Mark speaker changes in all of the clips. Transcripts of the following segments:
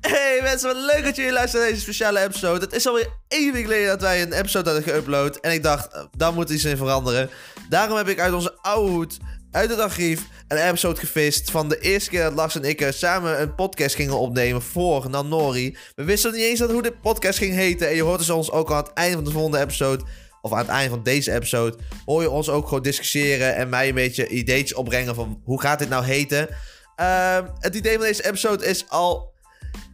Speaker 1: Hey mensen, wat leuk dat jullie luisteren naar deze speciale episode. Het is alweer even geleden dat wij een episode hadden geüpload. En ik dacht, eh, daar moet iets in veranderen. Daarom heb ik uit onze oude hoed, uit het archief, een episode gevist van de eerste keer dat Lars en ik eh, samen een podcast gingen opnemen voor Nanori. We wisten niet eens dat hoe de podcast ging heten. En je hoort dus ons ook al aan het einde van de volgende episode, of aan het einde van deze episode, hoor je ons ook gewoon discussiëren en mij een beetje ideetjes opbrengen van hoe gaat dit nou heten. Ehm, het idee van deze episode is al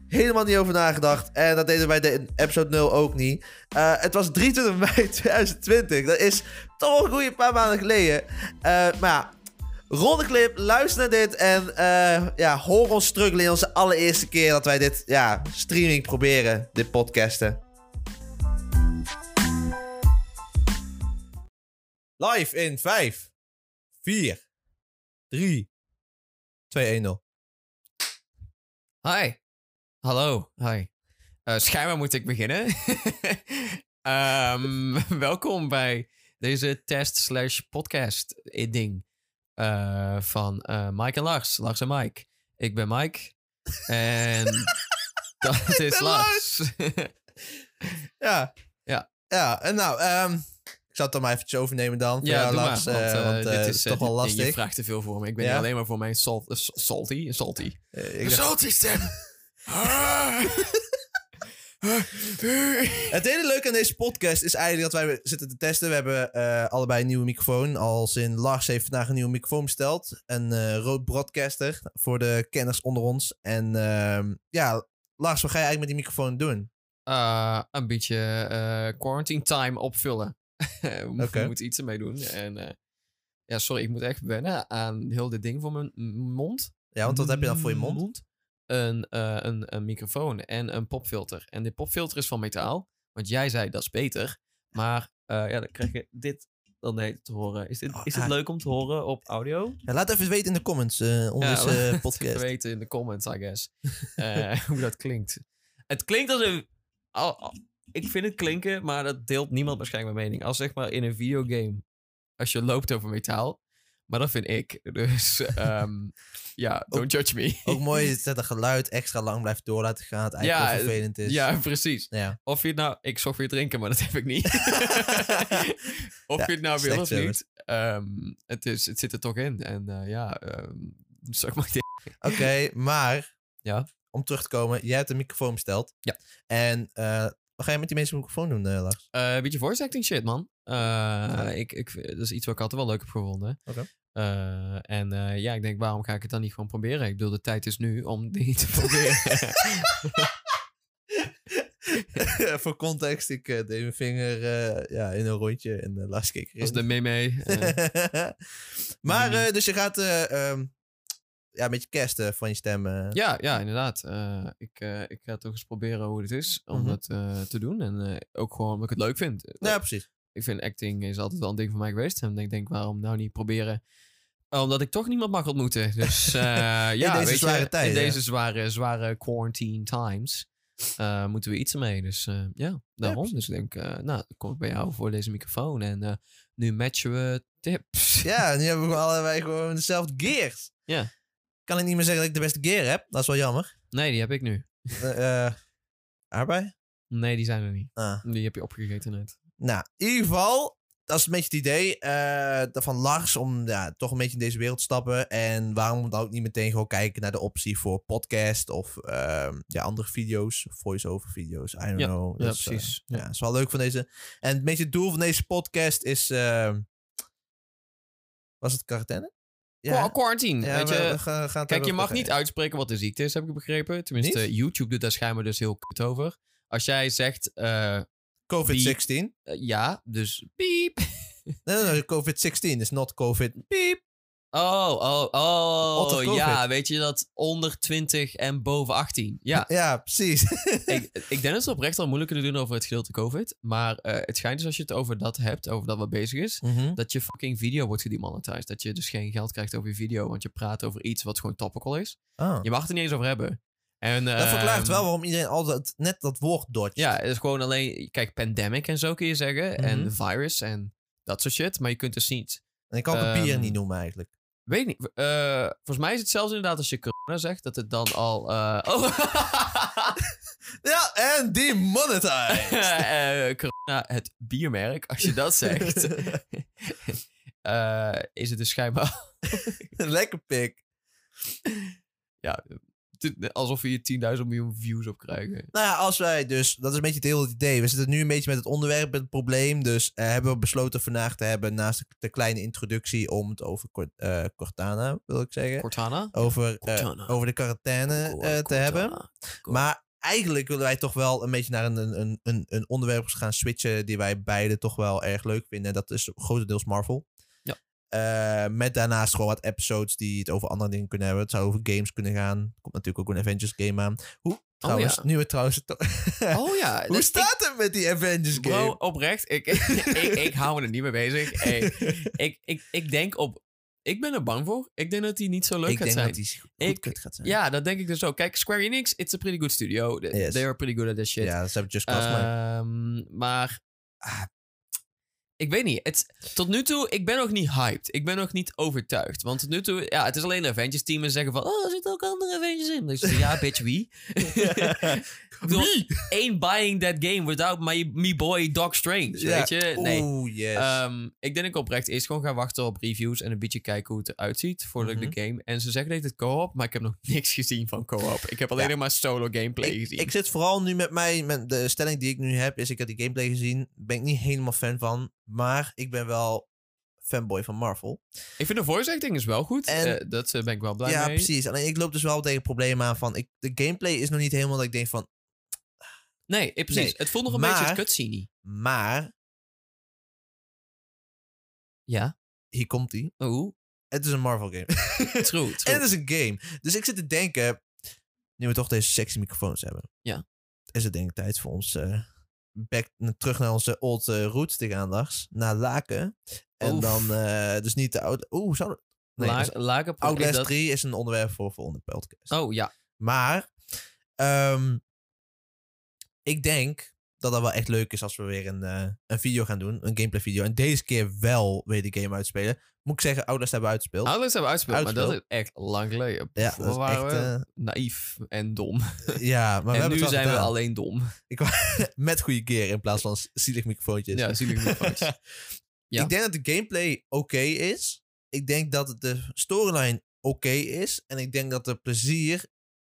Speaker 1: helemaal niet over nagedacht. En dat deden wij bij de episode 0 ook niet. Eh, het was 23 mei 2020. Dat is toch een goede paar maanden geleden. Eh, maar ja, rol de clip, luister naar dit. En eh, ja, hoor ons struggelen in onze allereerste keer dat wij dit ja, streaming proberen. Dit podcasten. Live in 5, 4, 3, 2, 1, 0.
Speaker 2: Hi. Hallo. Hi. Eh, schijnbaar moet ik beginnen. Ehm, welkom bij deze test slash podcast ding eh, van eh, Mike en Lars. Lars en Mike. Ik ben Mike. En dat is
Speaker 1: ben
Speaker 2: Lars.
Speaker 1: Ja.
Speaker 2: Ja.
Speaker 1: Ja, en nou, ehm, ik zal het dan maar eventjes overnemen dan. voor
Speaker 2: ja,
Speaker 1: jou,
Speaker 2: doe
Speaker 1: Lars,
Speaker 2: maar. Want,
Speaker 1: eh,
Speaker 2: eh,
Speaker 1: want, eh,
Speaker 2: dit
Speaker 1: het
Speaker 2: is
Speaker 1: is
Speaker 2: eh,
Speaker 1: toch wel
Speaker 2: dit- Je
Speaker 1: lastig.
Speaker 2: vraagt te veel voor me. Ik ben
Speaker 1: Ja?
Speaker 2: hier alleen maar voor mijn salt, eh, salty. Salty.
Speaker 1: Eh, ik
Speaker 2: Een
Speaker 1: dacht-
Speaker 2: salty stem. Ah.
Speaker 1: het hele leuke aan deze podcast is eigenlijk dat wij zitten te testen. We hebben eh, allebei een nieuwe microfoon. Als in Lars heeft vandaag een nieuwe microfoon besteld. Een eh, rood broadcaster voor de kenners onder ons. En ehm, ja, Lars, wat ga je eigenlijk met die microfoon doen?
Speaker 2: eh, een beetje eh, quarantine time opvullen. we mo-
Speaker 1: Oké.
Speaker 2: moeten iets ermee doen. En eh, ja, sorry, ik moet echt wennen aan heel dit ding voor mijn m- mond.
Speaker 1: Ja, want wat heb je dan voor je
Speaker 2: Mm.
Speaker 1: mond?
Speaker 2: Een, eh, een, een microfoon en een popfilter. En dit popfilter is van metaal, want jij zei dat is beter. Maar eh, ja, dan krijg je dit dan heet het te horen. Is, dit,
Speaker 1: Oh,
Speaker 2: is het
Speaker 1: ah.
Speaker 2: leuk om te horen op audio?
Speaker 1: Ja, laat even weten in de comments eh, onder
Speaker 2: laat
Speaker 1: deze eh,
Speaker 2: het
Speaker 1: podcast.
Speaker 2: weten in de comments, I guess. Eh, hoe dat klinkt. Het klinkt als een... al- al- ik vind het klinken, maar dat deelt niemand waarschijnlijk mijn mening. Als zeg maar in een videogame, als je loopt over metaal. Maar dat vind ik. Dus ehm, ja, don't judge me.
Speaker 1: Ook mooi is dat het geluid extra lang blijft door laten gaan. Het eigenlijk
Speaker 2: Ja,
Speaker 1: wel vervelend is.
Speaker 2: Ja, precies.
Speaker 1: ja.
Speaker 2: Of je het nou... Ik zocht weer drinken, maar dat heb ik niet. of
Speaker 1: Ja,
Speaker 2: je het nou wil
Speaker 1: slecht
Speaker 2: of
Speaker 1: service.
Speaker 2: niet. ehm, het, is, het zit er toch in. En eh, ja, ehm zeg maar...
Speaker 1: Oké, maar
Speaker 2: Ja?
Speaker 1: om terug te komen, jij hebt een microfoon besteld.
Speaker 2: Ja.
Speaker 1: En eh, wat ga je met die mensen microfoon doen, eh, Lars?
Speaker 2: Eh, een beetje voice acting shit, man. Eh, ik, ik, dat is iets wat ik altijd wel leuk heb gevonden.
Speaker 1: Oké.
Speaker 2: Eh, en eh, ja, ik denk, waarom ga ik het dan niet gewoon proberen? Ik bedoel, de tijd is nu om dingen te proberen.
Speaker 1: Voor context, ik eh, deed mijn vinger eh, ja, in een rondje en eh, Lars keek erin.
Speaker 2: dat is de meme. eh
Speaker 1: maar,
Speaker 2: Mhm.
Speaker 1: eh, dus je gaat eh, ehm, ja, een beetje casten van je stem. eh.
Speaker 2: ja, ja, inderdaad. Eh, ik, eh, ik ga toch eens proberen hoe het is om
Speaker 1: Mhm.
Speaker 2: dat eh, te doen. En eh, ook gewoon omdat ik het leuk vind.
Speaker 1: Nou, ja, precies.
Speaker 2: Ik vind acting is altijd wel een ding voor mij geweest. En ik denk, waarom nou niet proberen? Omdat ik toch niemand mag ontmoeten. Dus eh, ja,
Speaker 1: deze
Speaker 2: weet je,
Speaker 1: zware tijden,
Speaker 2: In
Speaker 1: ja.
Speaker 2: deze zware, zware quarantine times eh, moeten we iets mee. Dus eh, ja, daarom. dus ik denk, eh, nou, dan kom ik bij jou voor deze microfoon. En eh, nu matchen we tips.
Speaker 1: Ja, nu hebben we gewoon allebei gewoon dezelfde gears.
Speaker 2: Ja.
Speaker 1: Kan ik niet meer zeggen dat ik de beste gear heb. Dat is wel jammer.
Speaker 2: Nee, die heb ik nu.
Speaker 1: Eh eh, aardbei?
Speaker 2: Nee, die zijn er niet.
Speaker 1: Ah.
Speaker 2: Die heb je opgegeten net.
Speaker 1: Nou, in ieder geval, dat is een beetje het idee eh, van Lars om ja, toch een beetje in deze wereld te stappen. En waarom dan ook niet meteen gewoon kijken naar de optie voor podcast of ehm, ja, andere video's, voice-over video's, I don't know.
Speaker 2: Ja,
Speaker 1: Dat is, eh,
Speaker 2: precies.
Speaker 1: ja, dat is wel leuk van deze. En een beetje het doel van deze podcast is... ehm, was het quarantaine?
Speaker 2: Qua- Quarantine,
Speaker 1: Ja,
Speaker 2: weet
Speaker 1: we-
Speaker 2: je.
Speaker 1: we gaan- we gaan het
Speaker 2: Kijk, je
Speaker 1: hebben
Speaker 2: mag
Speaker 1: over-
Speaker 2: niet uitspreken wat de ziekte is, heb ik begrepen. Tenminste,
Speaker 1: Niet?
Speaker 2: YouTube doet daar schijnbaar dus heel kut over. Als jij zegt, eh,
Speaker 1: COVID-16.
Speaker 2: Eh, ja, dus piep.
Speaker 1: Nee, nee, nee, COVID-16 is not COVID. Piep.
Speaker 2: Oh, oh,
Speaker 1: Otter
Speaker 2: oh.
Speaker 1: COVID.
Speaker 2: Ja, weet je dat onder 20 en boven 18. Ja,
Speaker 1: Ja, precies.
Speaker 2: ik, ik denk dat ze oprecht al moeilijk kunnen doen over het gedeelte COVID. Maar eh, het schijnt dus als je het over dat hebt, over dat wat bezig is,
Speaker 1: Mhm.
Speaker 2: dat je fucking video wordt gedemonetized. Dat je dus geen geld krijgt over je video, want je praat over iets wat gewoon topical is.
Speaker 1: Ah.
Speaker 2: Je mag het er niet eens over hebben. En,
Speaker 1: Dat verklaart
Speaker 2: ehm,
Speaker 1: wel waarom iedereen altijd net dat woord dodgt.
Speaker 2: Ja, het is gewoon alleen, kijk, pandemic en zo kun je zeggen.
Speaker 1: Mhm.
Speaker 2: En virus en dat soort shit. Maar je kunt dus niet
Speaker 1: En ik kan ook een
Speaker 2: Ehm,
Speaker 1: bier niet noemen eigenlijk.
Speaker 2: Weet ik niet. Eh, volgens mij is het zelfs inderdaad als je corona zegt, dat het dan al... eh, oh!
Speaker 1: Ja, en die monetize.
Speaker 2: Eh, corona, het biermerk, als je dat zegt, eh, is het dus schijnbaar
Speaker 1: Lekker pik.
Speaker 2: t- alsof we hier 10.000 miljoen views op krijgen.
Speaker 1: Nou ja, als wij dus, dat is een beetje het hele idee. We zitten nu een beetje met het onderwerp, met het probleem. Dus eh, hebben we besloten vandaag te hebben, naast de, de kleine introductie, om het over Cor- eh, Cortana, wil ik zeggen.
Speaker 2: Cortana? Oh,
Speaker 1: Over, eh,
Speaker 2: Cortana.
Speaker 1: over de quarantaine eh, te hebben. Maar eigenlijk willen wij toch wel een beetje naar een, een- een, een, een onderwerp gaan switchen die wij beide toch wel erg leuk vinden. Dat is grotendeels Marvel.
Speaker 2: Ja.
Speaker 1: Eh, met daarnaast gewoon wat episodes die het over andere dingen kunnen hebben. Het zou over games kunnen gaan. Er komt natuurlijk ook een Avengers game aan. Hoe, trouwens,
Speaker 2: Oh, ja.
Speaker 1: nu we trouwens... to-
Speaker 2: Oh ja.
Speaker 1: Hoe staat het met die Avengers
Speaker 2: Bro,
Speaker 1: game?
Speaker 2: oprecht, ik, ik, ik hou me er niet mee bezig. Hey, ik, ik, ik denk op... Ik ben er bang voor. Ik denk dat die niet zo leuk
Speaker 1: ik
Speaker 2: gaat
Speaker 1: denk
Speaker 2: zijn.
Speaker 1: dat die goed
Speaker 2: Ik-
Speaker 1: kut gaat zijn.
Speaker 2: Ja, dat denk ik dus ook. Kijk, Square Enix, it's a pretty good studio. They-
Speaker 1: Yes.
Speaker 2: They are pretty good at this shit. Eh,
Speaker 1: ja ze hebben Just Cause. maar
Speaker 2: Ehm, maar ah, ik weet niet. Het, tot nu toe, ik ben nog niet hyped. Ik ben nog niet overtuigd. Want tot nu toe, ja, het is alleen een Avengers team en zeggen van, oh, er zitten ook andere Avengers in. Dus ja, bitch, wie? Ik bedoel, één buying that game without my me boy Doc Strange,
Speaker 1: Ja.
Speaker 2: weet je? Nee.
Speaker 1: Oeh, yes.
Speaker 2: Ehm, ik denk dat ik oprecht eerst gewoon ga wachten op reviews en een beetje kijken hoe het eruit ziet voordat ik
Speaker 1: Mhm.
Speaker 2: de game. En ze zeggen dat het co-op, maar ik heb nog niks gezien van co-op. Ik heb alleen
Speaker 1: Ja.
Speaker 2: nog maar solo gameplay
Speaker 1: ik,
Speaker 2: gezien.
Speaker 1: ik zit vooral nu met mij, met de stelling die ik nu heb, is ik heb die gameplay gezien, ben ik niet helemaal fan van, maar ik ben wel fanboy van Marvel.
Speaker 2: Ik vind de voice acting is wel goed.
Speaker 1: En-
Speaker 2: Eh, dat eh, ben ik wel blij
Speaker 1: ja,
Speaker 2: mee.
Speaker 1: precies. Alleen ik loop dus wel tegen problemen aan van, ik, de gameplay is nog niet helemaal dat ik denk van,
Speaker 2: Nee, eh, precies.
Speaker 1: Nee,
Speaker 2: Het voelt nog een
Speaker 1: maar-
Speaker 2: beetje het cutscene.
Speaker 1: maar,
Speaker 2: Ja.
Speaker 1: hier komt hij.
Speaker 2: Oh,
Speaker 1: Het is een Marvel game.
Speaker 2: true,
Speaker 1: en
Speaker 2: true.
Speaker 1: het is een game. Dus ik zit te denken, nu we toch deze sexy microfoons hebben.
Speaker 2: Ja.
Speaker 1: Is het denk ik tijd voor ons, eh, back, terug naar onze old eh, route te gaan, Lars. Naar Laken. En
Speaker 2: Oef.
Speaker 1: dan, eh, dus niet de oude, oeh, zou nee, dat is-
Speaker 2: Laag- lager pro-
Speaker 1: Outlast
Speaker 2: ik dat-
Speaker 1: 3 is een onderwerp voor volgende podcast.
Speaker 2: Oh ja.
Speaker 1: Maar ehm, ik denk dat dat wel echt leuk is als we weer een, eh, een video gaan doen. Een gameplay video. En deze keer wel weer de game uitspelen. Moet ik zeggen, Outlast hebben we uitgespeeld.
Speaker 2: Outlast hebben we uitgespeeld, maar dat is
Speaker 1: Uitgespeeld.
Speaker 2: echt lang geleden.
Speaker 1: ja,
Speaker 2: Vroeger
Speaker 1: dat is echt,
Speaker 2: waren we naïef en dom.
Speaker 1: eh, ja, maar we
Speaker 2: en
Speaker 1: hebben het
Speaker 2: nu
Speaker 1: wel
Speaker 2: zijn we
Speaker 1: gedaan.
Speaker 2: alleen dom.
Speaker 1: met goede gear in plaats van s- zielig microfoontjes.
Speaker 2: Ja, zielig microfoontjes. Ja.
Speaker 1: Ik denk dat de gameplay oké is. Ik denk dat de storyline oké is. En ik denk dat de plezier,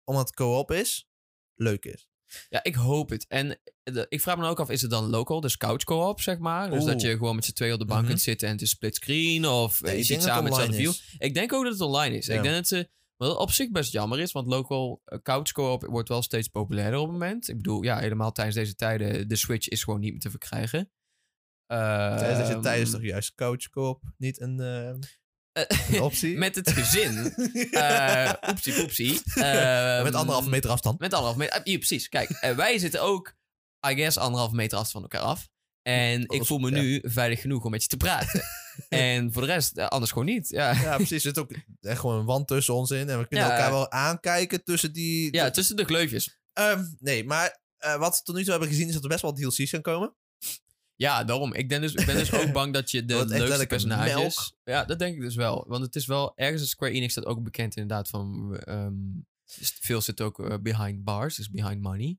Speaker 1: omdat het co-op is, leuk is.
Speaker 2: Ja, ik hoop het. En eh, de- ik vraag me dan ook af, is het dan local, dus couch co-op, zeg maar? Dus dat
Speaker 1: Oeh.
Speaker 2: je gewoon met z'n tweeën op de bank
Speaker 1: Mhm.
Speaker 2: kunt zitten en het is split screen of eh, je zit samen met z'n allen
Speaker 1: online
Speaker 2: view.
Speaker 1: is.
Speaker 2: Ik denk ook dat het online is.
Speaker 1: Ja.
Speaker 2: Ik denk dat ze. Wat op zich best jammer is, want local eh, couch co-op wordt wel steeds populairder op het moment. Ik bedoel, ja, helemaal tijdens deze tijden, de Switch is gewoon niet meer te verkrijgen.
Speaker 1: Tijdens deze tijd is
Speaker 2: Ehm,
Speaker 1: toch juist coachkoop niet een, eh,
Speaker 2: eh,
Speaker 1: een optie?
Speaker 2: met het gezin. eh oepsie poepsie. Ehm,
Speaker 1: Met anderhalve meter afstand.
Speaker 2: Met anderhalf meter. Ja, precies. Kijk, eh, wij zitten ook, I guess, anderhalf meter af van elkaar af. En ik
Speaker 1: Alles-
Speaker 2: voel me
Speaker 1: ja.
Speaker 2: nu veilig genoeg om met je te praten. en voor de rest, eh, anders gewoon niet. Ja.
Speaker 1: Ja, precies. Er zit ook echt gewoon een wand tussen ons in. En we kunnen
Speaker 2: Ja.
Speaker 1: elkaar wel aankijken tussen die...
Speaker 2: ja, tussen de gleufjes.
Speaker 1: Ehm, nee, maar eh, wat we tot nu toe hebben gezien is dat er best wel DLC's gaan komen.
Speaker 2: Ja, daarom. Ik, ben dus, ik ben dus ook bang dat je de
Speaker 1: Wordt echt
Speaker 2: leukste
Speaker 1: letterlijk een
Speaker 2: personages... Ja, dat denk ik dus wel. Want het is wel... Ergens is Square Enix dat ook bekend inderdaad van... ehm, st- veel zit ook eh, behind bars, dus behind money.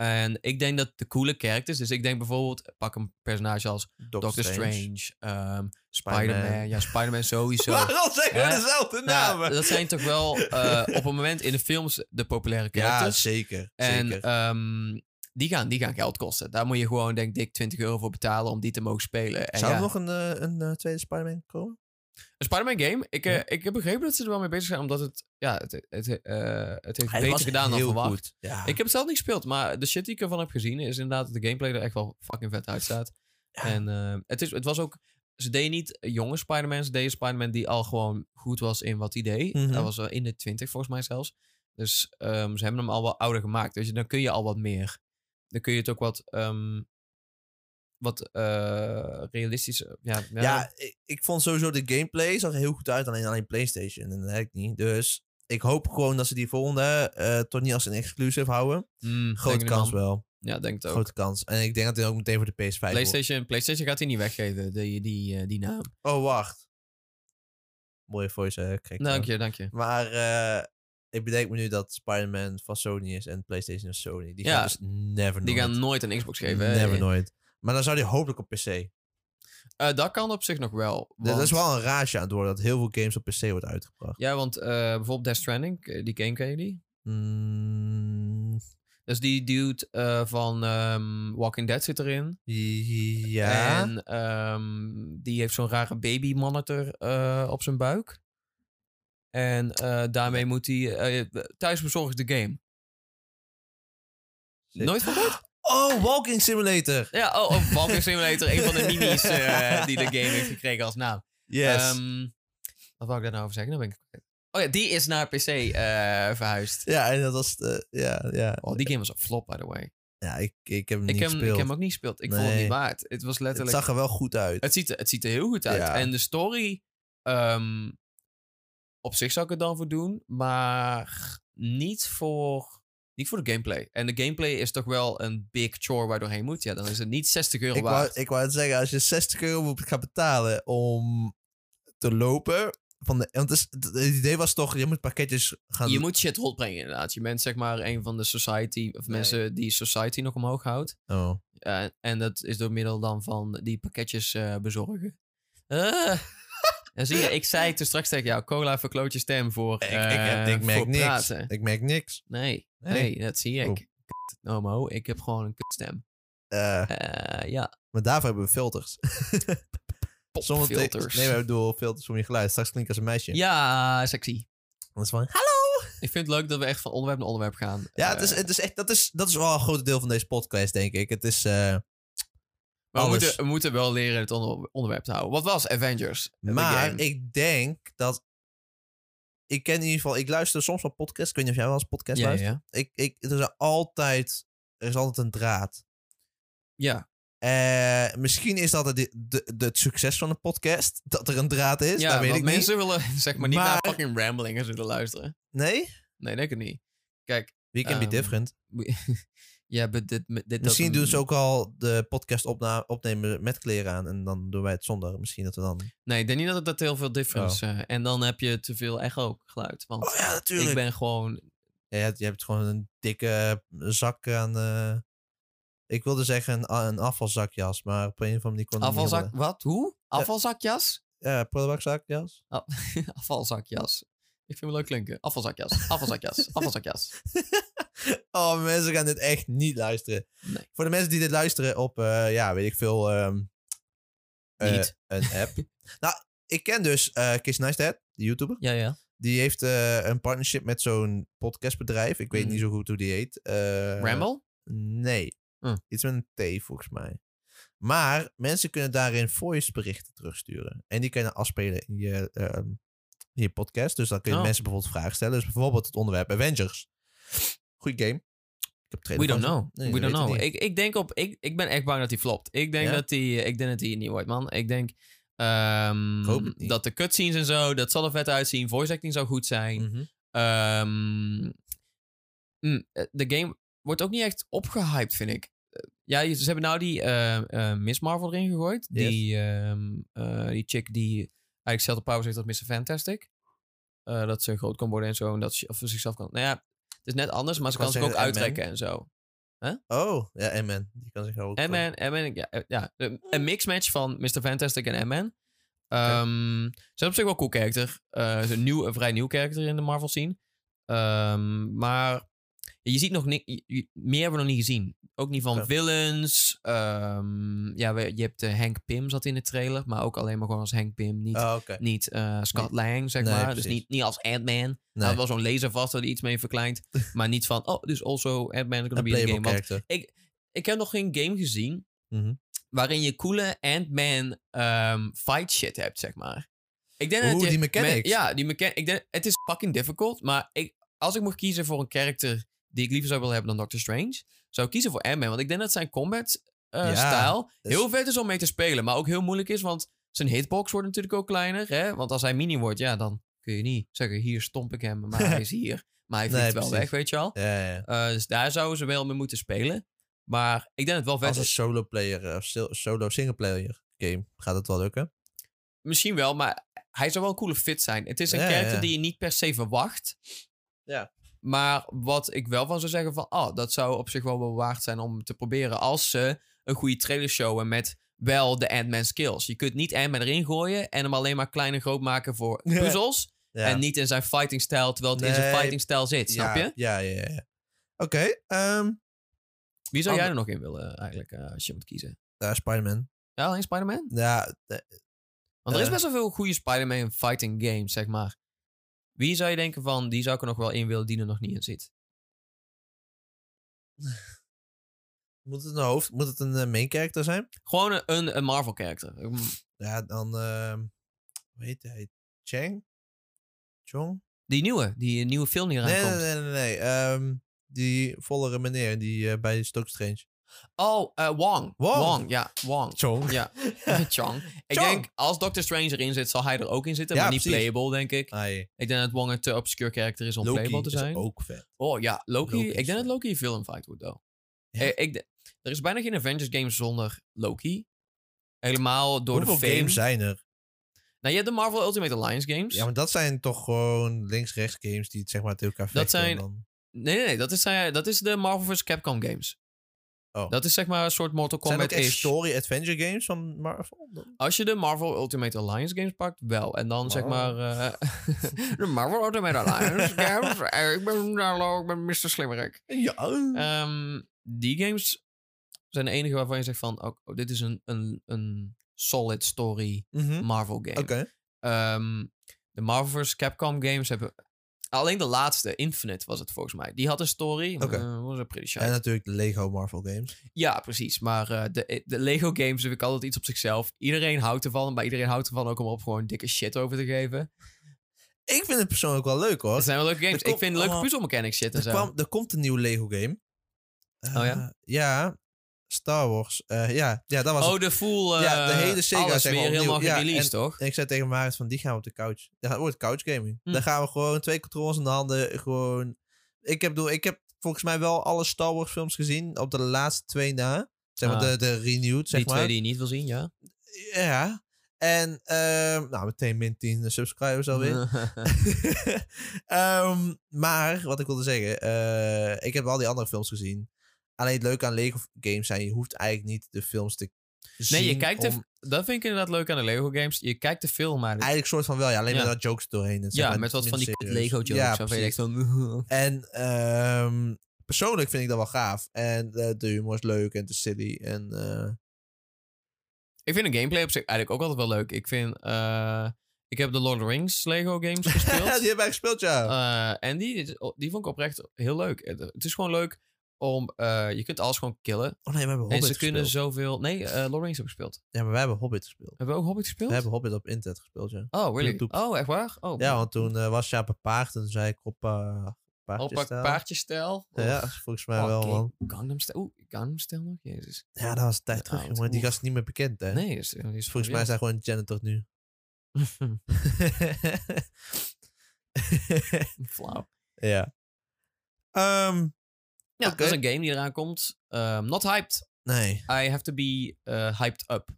Speaker 2: En ik denk dat de coole characters... Dus ik denk bijvoorbeeld... Pak een personage als
Speaker 1: Doctor,
Speaker 2: Doctor Strange, ehm,
Speaker 1: Spider-Man.
Speaker 2: Spider-Man. Ja, Spider-Man sowieso.
Speaker 1: Waarom zeggen
Speaker 2: Hè?
Speaker 1: we dezelfde
Speaker 2: Nou,
Speaker 1: namen?
Speaker 2: dat zijn toch wel eh, op een moment in de films de populaire
Speaker 1: ja,
Speaker 2: characters.
Speaker 1: zeker.
Speaker 2: en
Speaker 1: zeker.
Speaker 2: ehm, die, gaan, die gaan geld kosten. Daar moet je gewoon denk ik dik 20 euro voor betalen om die te mogen spelen. En
Speaker 1: Zou
Speaker 2: ja,
Speaker 1: er nog een, eh, een eh, tweede Spider-Man komen?
Speaker 2: Een Spider-Man game, ik, eh,
Speaker 1: Ja.
Speaker 2: ik heb begrepen dat ze er wel mee bezig zijn, omdat het, ja, het, het, eh, het heeft beter gedaan dan verwacht.
Speaker 1: Ja.
Speaker 2: Ik heb het zelf niet gespeeld, maar de shit die ik ervan heb gezien is inderdaad dat de gameplay er echt wel fucking vet uitstaat.
Speaker 1: Ja.
Speaker 2: En eh, het, is, het was ook. Ze deden niet eh, jonge Spider-Man, ze deden Spider-Man die al gewoon goed was in wat hij deed.
Speaker 1: Mhm.
Speaker 2: Dat was wel in de twintig volgens mij zelfs. Dus ehm, ze hebben hem al wel ouder gemaakt. Dus dan kun je al wat meer. Dan kun je het ook wat. ehm, wat eh realistischer. Ja, ja,
Speaker 1: Ja, ik, ik vond sowieso de gameplay zag er heel goed uit. Alleen alleen PlayStation. En dat heb ik niet. Dus ik hoop gewoon dat ze die volgende eh, toch niet als een exclusive houden.
Speaker 2: mm,
Speaker 1: Grote
Speaker 2: denk ik
Speaker 1: kans
Speaker 2: dan.
Speaker 1: wel.
Speaker 2: Ja, denk het ook.
Speaker 1: Grote kans. En ik denk dat dit ook meteen voor de PS5 wordt.
Speaker 2: PlayStation, PlayStation gaat hij niet weggeven, die, die, eh, die naam.
Speaker 1: Oh, wacht. Oh, mooie voice eh, kreeg. ik
Speaker 2: Dank
Speaker 1: dan.
Speaker 2: je, dank je.
Speaker 1: Maar eh, ik bedenk me nu dat Spider-Man van Sony is en PlayStation is Sony. Die gaan
Speaker 2: Ja.
Speaker 1: dus never
Speaker 2: Die
Speaker 1: nooit.
Speaker 2: gaan nooit een Xbox geven. hè?
Speaker 1: Never nooit. Maar dan zou die hopelijk op PC.
Speaker 2: Eh, dat kan op zich nog wel.
Speaker 1: Dat- Dat
Speaker 2: want-
Speaker 1: is wel een rage aan het worden dat heel veel games op PC wordt uitgebracht.
Speaker 2: Ja, want eh, bijvoorbeeld Death Stranding, eh, die game ken je die?
Speaker 1: Mm,
Speaker 2: Dus die dude eh, van ehm, Walking Dead zit erin.
Speaker 1: ja.
Speaker 2: En ehm, die heeft zo'n rare baby monitor eh, op zijn buik. En eh, daarmee moet hij eh, thuis bezorgen de game.
Speaker 1: Zeker.
Speaker 2: Nooit van gehoord?
Speaker 1: Oh, Walking Simulator.
Speaker 2: Ja, oh, oh Walking Simulator. een van de minis eh, die de game heeft gekregen als naam.
Speaker 1: Yes.
Speaker 2: Ehm, wat wou ik daar nou over zeggen? Dan ben ik... het kwijt. Oh ja, die is naar PC eh, verhuisd.
Speaker 1: ja, en dat was... de- ja, ja.
Speaker 2: Oh, die game was een flop, by the way.
Speaker 1: ja ik, ik heb hem
Speaker 2: Ik
Speaker 1: niet
Speaker 2: heb, hem- ik
Speaker 1: gespeeld.
Speaker 2: heb hem ook niet gespeeld. Ik vond het
Speaker 1: Nee.
Speaker 2: niet waard. Het was
Speaker 1: het
Speaker 2: letterlijk...
Speaker 1: zag er wel goed uit.
Speaker 2: Het ziet, er- het ziet er heel goed uit.
Speaker 1: Ja.
Speaker 2: En de story, ehm, op zich zou ik het dan voor doen, maar niet voor, niet voor de gameplay. En de gameplay is toch wel een big chore waar je doorheen moet. Ja, dan is het niet 60 euro
Speaker 1: ik, wou,
Speaker 2: waard.
Speaker 1: ik wou het zeggen, als je 60 euro moet gaan betalen om te lopen... Van de, want het, is- het het idee was toch, je moet pakketjes gaan...
Speaker 2: je moet shit rondbrengen inderdaad. Je bent zeg maar een van de society, of
Speaker 1: Nee.
Speaker 2: mensen die society nog omhoog houdt.
Speaker 1: Oh.
Speaker 2: Eh, en dat is door middel dan van die pakketjes eh, bezorgen. Eh. En zie je, ik zei toen straks tegen jou, cola verkloot je stem voor,
Speaker 1: Ik, ik,
Speaker 2: eh,
Speaker 1: heb- ik merk
Speaker 2: voor
Speaker 1: niks.
Speaker 2: praten.
Speaker 1: Ik merk niks.
Speaker 2: Nee, nee,
Speaker 1: Nee?
Speaker 2: dat zie ik.
Speaker 1: Oh.
Speaker 2: Kut, homo, ik heb gewoon een kutstem.
Speaker 1: Eh,
Speaker 2: Eh ja,
Speaker 1: maar daarvoor hebben we filters. Zonder te-
Speaker 2: popfilters.
Speaker 1: Nee, maar ik bedoel filters om je geluid. Straks klinkt als een meisje.
Speaker 2: Ja, sexy.
Speaker 1: Dat is van,
Speaker 2: Ik vind het leuk dat we echt van onderwerp naar onderwerp gaan.
Speaker 1: ja, het is,
Speaker 2: Eh,
Speaker 1: het is echt, dat, is, dat is wel een groot deel van deze podcast, denk ik. Het is eh,
Speaker 2: maar we
Speaker 1: alles.
Speaker 2: moeten, we moeten wel leren het onder- onderwerp te houden. Wat was Avengers? De
Speaker 1: Maar
Speaker 2: game.
Speaker 1: ik denk dat. Ik ken in ieder geval. Ik luister soms wel podcasts. Ik weet niet of jij wel eens podcasts
Speaker 2: ja,
Speaker 1: luistert.
Speaker 2: ja.
Speaker 1: Ik, ik, er, is altijd, er is altijd een draad.
Speaker 2: Ja.
Speaker 1: Eh, misschien is dat het, de, de, het succes van een podcast. Dat er een draad is.
Speaker 2: ja
Speaker 1: dat weet
Speaker 2: want
Speaker 1: ik
Speaker 2: mensen willen zeg maar niet naar
Speaker 1: Maar-
Speaker 2: fucking ramblingen zullen luisteren.
Speaker 1: niet. Nee?
Speaker 2: Nee, denk het niet. Kijk,
Speaker 1: We can
Speaker 2: Ehm,
Speaker 1: be different.
Speaker 2: ja, but dit, dit dat
Speaker 1: Misschien
Speaker 2: een-
Speaker 1: doen ze ook al de podcast opna- opnemen met kleren aan. En dan doen wij het zonder. Misschien dat we dan...
Speaker 2: Nee, ik denk niet dat het dat heel veel difference... eh, en dan heb je te veel echo geluid. Want
Speaker 1: Oh ja, natuurlijk.
Speaker 2: ik ben gewoon
Speaker 1: Ja, je, hebt, je hebt gewoon een dikke zak aan... eh, ik wilde zeggen een, a- een afvalzakjas, maar op een of andere manier kon het niet
Speaker 2: Afvalzak,
Speaker 1: worden.
Speaker 2: wat? Hoe? Afvalzakjas?
Speaker 1: Ja, productzakjas.
Speaker 2: Oh, afvalzakjas. Ik vind hem leuk klinken. Afvalzakjas, afvalzakjas, afvalzakjas.
Speaker 1: oh, mensen gaan dit echt niet luisteren.
Speaker 2: Nee.
Speaker 1: Voor de mensen die dit luisteren op, eh, ja, weet ik veel, ehm, eh,
Speaker 2: Niet.
Speaker 1: een app. nou, ik ken dus eh Kiss Neistat, de YouTuber.
Speaker 2: Ja, ja.
Speaker 1: Die heeft eh, een partnership met zo'n podcastbedrijf. Ik weet
Speaker 2: Mm.
Speaker 1: niet zo goed hoe die heet. Eh,
Speaker 2: Ramble?
Speaker 1: Nee.
Speaker 2: Hm.
Speaker 1: Iets met een T volgens mij. Maar mensen kunnen daarin voiceberichten terugsturen. En die kunnen afspelen in je, ehm, in je podcast. Dus dan kun je
Speaker 2: Oh.
Speaker 1: mensen bijvoorbeeld vragen stellen. Dus bijvoorbeeld het onderwerp Avengers. Goed game. Ik heb
Speaker 2: We
Speaker 1: trailer
Speaker 2: don't
Speaker 1: van
Speaker 2: know.
Speaker 1: Nee,
Speaker 2: We
Speaker 1: we
Speaker 2: don't
Speaker 1: weten
Speaker 2: know.
Speaker 1: het
Speaker 2: Ik, ik denk op... Ik, ik ben echt bang dat hij flopt. Ik denk
Speaker 1: Ja?
Speaker 2: dat hij... Ik denk dat hij het niet wordt, man. Ik denk... ehm,
Speaker 1: Ik hoop het niet.
Speaker 2: dat de cutscenes en zo, dat zal er vet uitzien. Voice acting zou goed zijn.
Speaker 1: ze. Mhm.
Speaker 2: Ehm, mm, eh, de game wordt ook niet echt opgehyped, vind ik. Eh, Ja, je- ze hebben nou die eh, eh, Miss Marvel erin gegooid.
Speaker 1: Yes.
Speaker 2: Die, ehm, eh, die chick die eigenlijk zelf de powers heeft als Mr. Fantastic. Eh, dat ze groot kan worden en zo. En dat ze of ze zichzelf kan... Nou ja, het is net anders, maar ze
Speaker 1: Ik
Speaker 2: kan
Speaker 1: wou
Speaker 2: zich ook
Speaker 1: zeggen, Ant-Man.
Speaker 2: uittrekken en zo.
Speaker 1: Oh, ja, M-Man. Die kan zich wel ook-
Speaker 2: Ant-Man, Ant-Man, ja, eh, ja. de- Een mixmatch van Mr. Fantastic en Ant-Man. Ehm, Ze is op zich wel een cool character. Eh, ze is een, nieuw, een vrij nieuw character in de Marvel scene. Ehm, maar je ziet nog ni- je- je- meer hebben we nog niet gezien. Ook niet van
Speaker 1: Ja.
Speaker 2: villains. Ehm, ja, we- je hebt eh, Hank Pym zat in de trailer, maar ook alleen maar gewoon als Hank Pym. Niet,
Speaker 1: Oh, oké.
Speaker 2: niet eh, Scott Lang, zeg
Speaker 1: Nee,
Speaker 2: maar. Dus
Speaker 1: precies.
Speaker 2: niet, niet als Ant-Man. Hij
Speaker 1: Nee.
Speaker 2: had wel zo'n laser vast waar hij iets mee verkleint. maar niet van, oh, dus also Ant-Man is gonna
Speaker 1: Een
Speaker 2: be in the
Speaker 1: playable
Speaker 2: game. Want
Speaker 1: character.
Speaker 2: ik heb nog geen game gezien
Speaker 1: Mhm.
Speaker 2: waarin je coole Ant-Man ehm, fight shit hebt, zeg maar. Ik denk dat
Speaker 1: Oeh,
Speaker 2: je-
Speaker 1: die mechanics.
Speaker 2: ja, die mechanics. Ik denk, het is fucking difficult, maar ik, als ik mocht kiezen voor een character die ik liever zou willen hebben dan Doctor Strange, zou ik kiezen voor Ant-Man, want ik denk dat zijn combat eh
Speaker 1: Ja,
Speaker 2: stijl
Speaker 1: dus-
Speaker 2: heel vet is om mee te spelen, maar ook heel moeilijk is, want zijn hitbox wordt natuurlijk ook kleiner, hè? Want als hij mini wordt, ja, dan kun je niet zeggen, hier stomp ik hem, maar hij is hier. Maar hij vliegt
Speaker 1: Nee,
Speaker 2: wel
Speaker 1: precies.
Speaker 2: weg, weet je al.
Speaker 1: Ja, ja.
Speaker 2: Eh, dus daar zouden ze wel mee moeten spelen. Maar ik denk het wel vet
Speaker 1: Als een
Speaker 2: is.
Speaker 1: solo player eh, of sil- solo single player game gaat het wel lukken.
Speaker 2: Misschien wel, maar hij zou wel een coole fit zijn. Het is een
Speaker 1: Ja,
Speaker 2: character
Speaker 1: ja.
Speaker 2: die je niet per se verwacht.
Speaker 1: Ja.
Speaker 2: Maar wat ik wel van zou zeggen van... ah, dat zou op zich wel wel waard zijn om te proberen... als ze een goede trailer showen met wel de Ant-Man skills. Je kunt niet Ant-Man erin gooien... en hem alleen maar klein en groot maken voor
Speaker 1: Ja.
Speaker 2: puzzels...
Speaker 1: Ja.
Speaker 2: en niet in zijn fighting stijl... terwijl het in zijn
Speaker 1: Nee.
Speaker 2: fighting stijl zit, snap
Speaker 1: ja,
Speaker 2: je?
Speaker 1: Ja, ja, ja. Oké, ehm,
Speaker 2: Wie zou jij er
Speaker 1: Ander-
Speaker 2: nog in willen eigenlijk, eh, als je moet kiezen?
Speaker 1: ja, Spider-Man.
Speaker 2: Ja, alleen Spider-Man?
Speaker 1: Ja, eh,
Speaker 2: Want er
Speaker 1: Eh.
Speaker 2: is best wel veel goede Spider-Man fighting games, zeg maar. Wie zou je denken van, die zou ik er nog wel in willen die er nog niet in zit?
Speaker 1: moet het een hoofd, moet het een eh, main character zijn?
Speaker 2: Gewoon een- een, een Marvel-character. Een-
Speaker 1: Ja, dan, ehm hoe heet hij? Chang? Chong?
Speaker 2: Die nieuwe, die nieuwe film die eraan
Speaker 1: Nee, nee,
Speaker 2: komt.
Speaker 1: nee, nee. nee. ehm, die vollere meneer, die eh, bij Stoke Strange.
Speaker 2: Oh, eh, Wong.
Speaker 1: Wong.
Speaker 2: ja, Wong.
Speaker 1: Chong?
Speaker 2: Ja, Chong. Ik
Speaker 1: Chong.
Speaker 2: denk, als Doctor Strange erin zit, zal hij er ook in zitten.
Speaker 1: Ja,
Speaker 2: maar niet
Speaker 1: precies.
Speaker 2: playable, denk ik.
Speaker 1: Ai,
Speaker 2: Ik denk dat Wong een te obscure character is om
Speaker 1: Loki
Speaker 2: playable te
Speaker 1: is
Speaker 2: zijn.
Speaker 1: ook vet.
Speaker 2: Oh ja, Loki.
Speaker 1: Loki is
Speaker 2: ik denk dat
Speaker 1: vet.
Speaker 2: Loki een villain fight wordt, though.
Speaker 1: Ja.
Speaker 2: Eh, ik, d- er is bijna geen Avengers game zonder Loki. Helemaal door
Speaker 1: Hoeveel
Speaker 2: de fame.
Speaker 1: games zijn er?
Speaker 2: Nou, je hebt de Marvel Ultimate Alliance games.
Speaker 1: Ja, maar dat zijn toch gewoon links-rechts games die het zeg maar tegen elkaar vechten. en
Speaker 2: zijn-
Speaker 1: Dan...
Speaker 2: Nee, nee, nee. Dat is, eh, dat is de Marvel vs. Capcom games.
Speaker 1: Oh.
Speaker 2: Dat is zeg maar een soort Mortal
Speaker 1: Zijn dat
Speaker 2: Kombat
Speaker 1: echt
Speaker 2: is.
Speaker 1: story-adventure games van Marvel?
Speaker 2: Als je de Marvel Ultimate Alliance games pakt, wel. En dan zeg maar...
Speaker 1: Wow.
Speaker 2: eh, de Marvel Ultimate Alliance games. Eh, ik ben hallo, ik ben Mr. Slimmerik.
Speaker 1: Ja. Eh,
Speaker 2: Ehm, die games zijn de enige waarvan je zegt van... Oh, oh, dit is een, een, een solid story
Speaker 1: Mhm.
Speaker 2: Marvel game.
Speaker 1: Oké.
Speaker 2: Ehm, de Marvel vs. Capcom games hebben... Alleen de laatste, Infinite was het volgens mij. Die had een story.
Speaker 1: Oké.
Speaker 2: Eh, was een pretty shiny.
Speaker 1: En natuurlijk de Lego Marvel games.
Speaker 2: Ja, precies. Maar eh, de, de Lego games heb ik altijd iets op zichzelf. Iedereen houdt ervan, maar iedereen houdt ervan ook om er op gewoon dikke shit over te geven.
Speaker 1: Ik vind het persoonlijk wel leuk hoor.
Speaker 2: Dat zijn wel leuke games.
Speaker 1: komt
Speaker 2: ik vind leuke
Speaker 1: allemaal-
Speaker 2: puzzelmechanics shit en
Speaker 1: Er,
Speaker 2: zo.
Speaker 1: kwam, er komt een nieuwe Lego game. Eh,
Speaker 2: Oh ja?
Speaker 1: Ja. Star Wars. Eh, ja. ja, dat was
Speaker 2: oh,
Speaker 1: het.
Speaker 2: de full... eh,
Speaker 1: Ja, de hele Sega,
Speaker 2: Alles
Speaker 1: zeg
Speaker 2: weer
Speaker 1: maar,
Speaker 2: helemaal
Speaker 1: opnieuw. Ja,
Speaker 2: gereleased, toch?
Speaker 1: En ik zei tegen Marit van, die gaan we op de couch. Dat wordt couch gaming.
Speaker 2: Hm.
Speaker 1: Dan gaan we gewoon twee controles in de handen. Gewoon... Ik heb, bedoel, ik heb volgens mij wel alle Star Wars films gezien. Op de laatste twee na. Zeg maar
Speaker 2: Ah.
Speaker 1: de, de renewed, zeg
Speaker 2: die
Speaker 1: maar.
Speaker 2: twee die je niet wil zien, ja.
Speaker 1: Ja. En ehm, nou, meteen min 10 subscribers alweer. Ehm, maar wat ik wilde zeggen, eh, ik heb al die andere films gezien. Alleen het leuke aan Lego games zijn, je hoeft eigenlijk niet de films te zien.
Speaker 2: nee, je kijkt
Speaker 1: om-
Speaker 2: de- Dat vind ik inderdaad leuk aan de Lego games. Je kijkt de film maar
Speaker 1: Eigenlijk soort van wel, ja. Alleen
Speaker 2: Dus- Ja.
Speaker 1: met wat jokes doorheen. en zeg
Speaker 2: Ja,
Speaker 1: maar
Speaker 2: met wat van die
Speaker 1: minder
Speaker 2: kut
Speaker 1: serieus.
Speaker 2: Lego jokes.
Speaker 1: Ja,
Speaker 2: waarvan je denkt
Speaker 1: precies.
Speaker 2: van...
Speaker 1: En ehm, persoonlijk vind ik dat wel gaaf. En eh, de humor is leuk en de silly. En eh,
Speaker 2: Ik vind de gameplay op zich eigenlijk ook altijd wel leuk. Ik vind... eh, ik heb de Lord of the Rings Lego games
Speaker 1: die
Speaker 2: gespeeld.
Speaker 1: hebben wij gespeeld, ja.
Speaker 2: Eh, en die, die vond ik oprecht heel leuk. Het, het is gewoon leuk om... eh, je kunt alles gewoon killen.
Speaker 1: oh nee, we hebben Hobbit
Speaker 2: en ze
Speaker 1: gespeeld.
Speaker 2: kunnen zoveel... Nee, eh Lord of the Rings heb ik gespeeld.
Speaker 1: Ja, maar wij hebben Hobbit gespeeld.
Speaker 2: Hebben we ook Hobbit gespeeld?
Speaker 1: We hebben Hobbit op internet gespeeld, ja.
Speaker 2: Oh, really?
Speaker 1: YouTube.
Speaker 2: Oh, echt waar? Oh,
Speaker 1: Ja, want toen eh, was Jaap een paard en toen zei ik op eh paardjes
Speaker 2: Opa,
Speaker 1: stijl.
Speaker 2: paardjesstijl. Oh,
Speaker 1: Ja, volgens mij wel, man.
Speaker 2: Gangnam Style. Oeh, Gangnam Style nog? Jezus.
Speaker 1: Ja, dat was een tijd terug,
Speaker 2: Oud,
Speaker 1: jongen. Die
Speaker 2: Nou, oef.
Speaker 1: gast is niet meer bekend, hè?
Speaker 2: Nee, is, is
Speaker 1: Volgens mij is hij gewoon een janitor nu.
Speaker 2: Flauw.
Speaker 1: ja. Ehm,
Speaker 2: Ja,
Speaker 1: Oké.
Speaker 2: dat is een game die eraan komt. Ehm, not hyped.
Speaker 1: nee.
Speaker 2: I have to be eh, hyped up.